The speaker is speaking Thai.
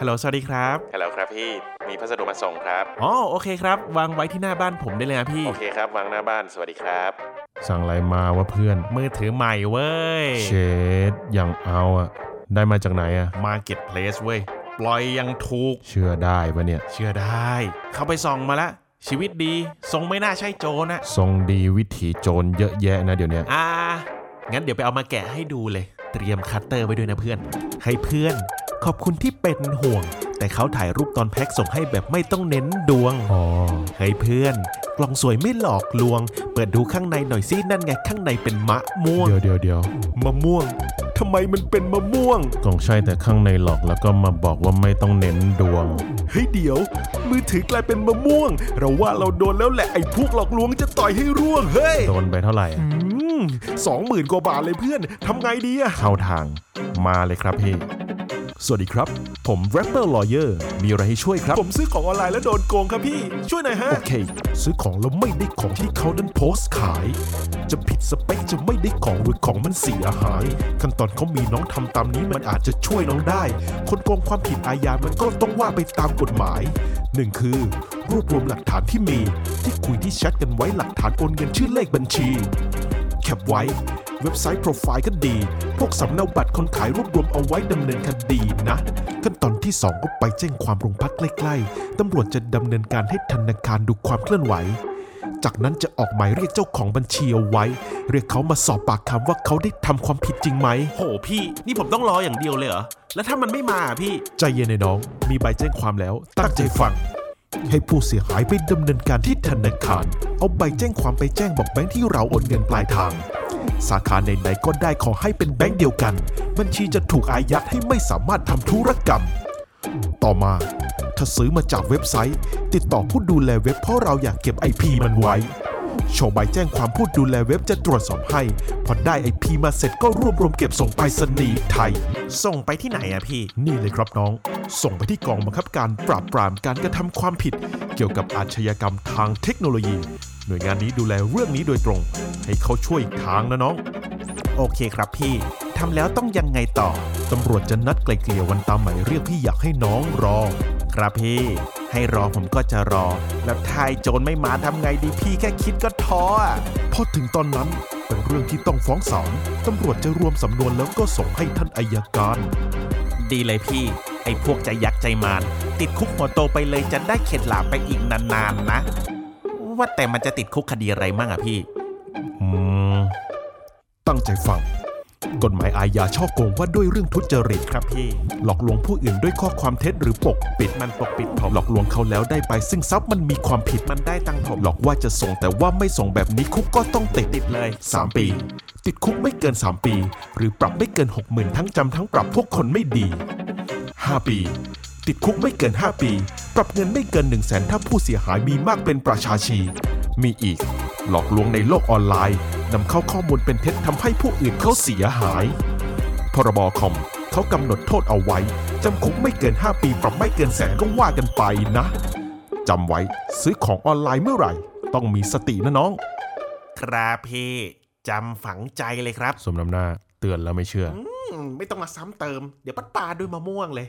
ฮัลโหล สวัสดีครับ ฮัลโหลครับพี่ มีพัสดุมาส่งครับ อ๋อ โอเคครับ วางไว้ที่หน้าบ้านผมได้เลยนะพี่ โอเคครับวางหน้าบ้าน สวัสดีครับ สั่งอะไรมาวะเพื่อน มือถือใหม่เว้ย เชดอย่างเอาอะได้มาจากไหนอะ มาเก็ตเพลสเว้ย ปล่อยอยังถูก เชื่อได้ปะเนี่ย เชื่อได้ เขาไปส่องมาละ ชีวิตดี ทรงไม่น่าใช่โจรนะ ทรงดีวิถีโจรเยอะแยะนะเดี๋ยวเนี้ย อ่า งั้นเดี๋ยวไปเอามาแกะให้ดูเลย เตรียมคัตเตอร์ไว้ด้วยนะเพื่อน ให้เพื่อน ขอบคุณที่เป็นห่วง แต่เขาถ่ายรูปตอนแพ็คส่งให้แบบไม่ต้องเน้นดวง อ๋อ เฮ้ยเพื่อน กล่องสวยไม่หลอกลวง เปิดดูข้างในหน่อยสินั่นไงข้างในเป็นมะม่วง เดี๋ยวเดี๋ยวเดี๋ยว มะม่วงทำไมมันเป็นมะม่วง กล่องใช่แต่ข้างในหลอกแล้วก็มาบอกว่าไม่ต้องเน้นดวง เฮ้ยเดี๋ยว มือถือกลายเป็นมะม่วง เราว่าเราโดนแล้วแหละไอ้พวกหลอกลวงจะต่อยให้ร่วงเฮ้ย โดนไปเท่าไหร่อะ สองหมื่นกว่าบาทเลยเพื่อนทำไงดีอะ เข้าทางมาเลยครับพี่ สวัสดีครับ ผม Rapper Lawyer มีอะไรให้ช่วยครับ ผมซื้อของออนไลน์แล้วโดนโกงครับพี่ ช่วยหน่อยฮะ โอเค ซื้อของแล้วไม่ได้ของที่เขานั้นโพสต์ขาย จะผิดสเปคจะไม่ได้ของหรือของมันเสียหาย ขั้นตอนเขามีน้องทำตามนี้มันอาจจะช่วยน้องได้ คนโกงความผิดอาญามันก็ต้องว่าไปตามกฎหมายหนึ่งคือ รวบรวมหลักฐานที่มี ที่คุยที่แชทกันไว้หลักฐานโอนเงินชื่อเลขบัญชี แคปไว้ เว็บไซต์โปรไฟล์ก็ดี พวกสำเนาบัตรคนขายรวบรวมเอาไว้ดำเนินคดีนะ ขั้นตอนที่ 2 ก็ไปแจ้งความโรงพักใกล้ๆ ตำรวจจะดำเนินการให้ธนาคารดูความเคลื่อนไหว จากนั้นจะออกหมายเรียกเจ้าของบัญชีเอาไว้ เรียกเขามาสอบปากคำว่าเขาได้ทำความผิดจริงไหม โหพี่ นี่ผมต้องรออย่างเดียวเลยเหรอ แล้วถ้ามันไม่มาอะพี่ ใจเย็นไอ้น้อง มีใบแจ้งความแล้ว ตั้งใจฟัง ให้ผู้เสียหายไปดำเนินการที่ธนาคาร เอาใบแจ้งความไปแจ้งบอกแบงค์ที่เราโอนเงินปลายทาง สาขาไหนๆก็ได้ขอให้เป็นแบงค์เดียวกัน บัญชีจะถูกอายัดให้ไม่สามารถทำธุรกรรม ต่อมา ถ้าซื้อมาจากเว็บไซต์ ติดต่อผู้ดูแลเว็บเพราะเราอยากเก็บ IP มันไว้ โชว์ใบแจ้งความผู้ดูแลเว็บจะตรวจสอบให้ พอได้ IP มาเสร็จก็รวบรวมเก็บส่งไปรษณีย์ไทย ส่งไปที่ไหนอะพี่ นี่เลยครับน้อง ส่งไปที่กองบังคับการปราบปรามการกระทำความผิด เกี่ยวกับอาชญากรรมทางเทคโนโลยี หน่วยงานนี้ดูแลเรื่องนี้โดยตรง ให้เขาช่วยอีกทางนะน้อง โอเคครับพี่ ทำแล้วต้องยังไงต่อ ตำรวจจะนัดไกลเกลี่ยวันตามหมายเรียกพี่อยากให้น้องรอ ครับพี่ ให้รอผมก็จะรอ แล้วทายโจรไม่มาทำไงดีพี่แค่คิดก็ท้ออะ พอถึงตอนนั้นเป็นเรื่องที่ต้องฟ้องศาลตำรวจจะรวมสำนวนแล้วก็ส่งให้ท่านอายการ ดีเลยพี่ ไอ้พวกใจยักษ์ใจมาร ติดคุกหัวโตไปเลยจะได้เข็ดหลาบไปอีกนานๆนะ ว่าแต่มันจะติดคุกคดีอะไรมั่งอะพี่ อืม ตั้งใจฟัง กฎหมายอาญาช่อโกงว่าด้วยเรื่องทุจริต ครับพี่ หลอกลวงผู้อื่นด้วยข้อความเท็จหรือปกปิด มันปกปิดผม หลอกลวงเขาแล้วได้ไปซึ่งทรัพย์มันมีความผิด มันได้ตังค์ผม หลอกว่าจะส่งแต่ว่าไม่ส่งแบบนี้คุกก็ต้องติด ติดเลย สามปี ติดคุกไม่เกิน 3 ปี หรือปรับไม่เกิน 6 0,000 ทั้งจำทั้งปรับพวกคนไม่ดี 5 ปี ติดคุกไม่เกิน 5 ปี ปรับเงินไม่เกิน 1 0 0 0 0แสนถ้าผู้เสียหายมีมากเป็นประชาชี มีอีก หลอกลวงในโลกออนไลน์นำเข้าข้อมูลเป็นเท็จทำให้ผู้อื่นเขาเสียหาย พรบคอมเขากำหนดโทษเอาไว้จำคุกไม่เกิน 5 ปี ปรับไม่เกินแสนก็ว่ากันไปนะจำไว้ซื้อของออนไลน์เมื่อไหร่ ต้องมีสตินะน้อง ครับพี่จำฝังใจเลยครับ สมน้ำหน้า เตือนแล้วไม่เชื่อ อืมไม่ต้องมาซ้ำเติม เดี๋ยวปัดปลาด้วยมะม่วงเลย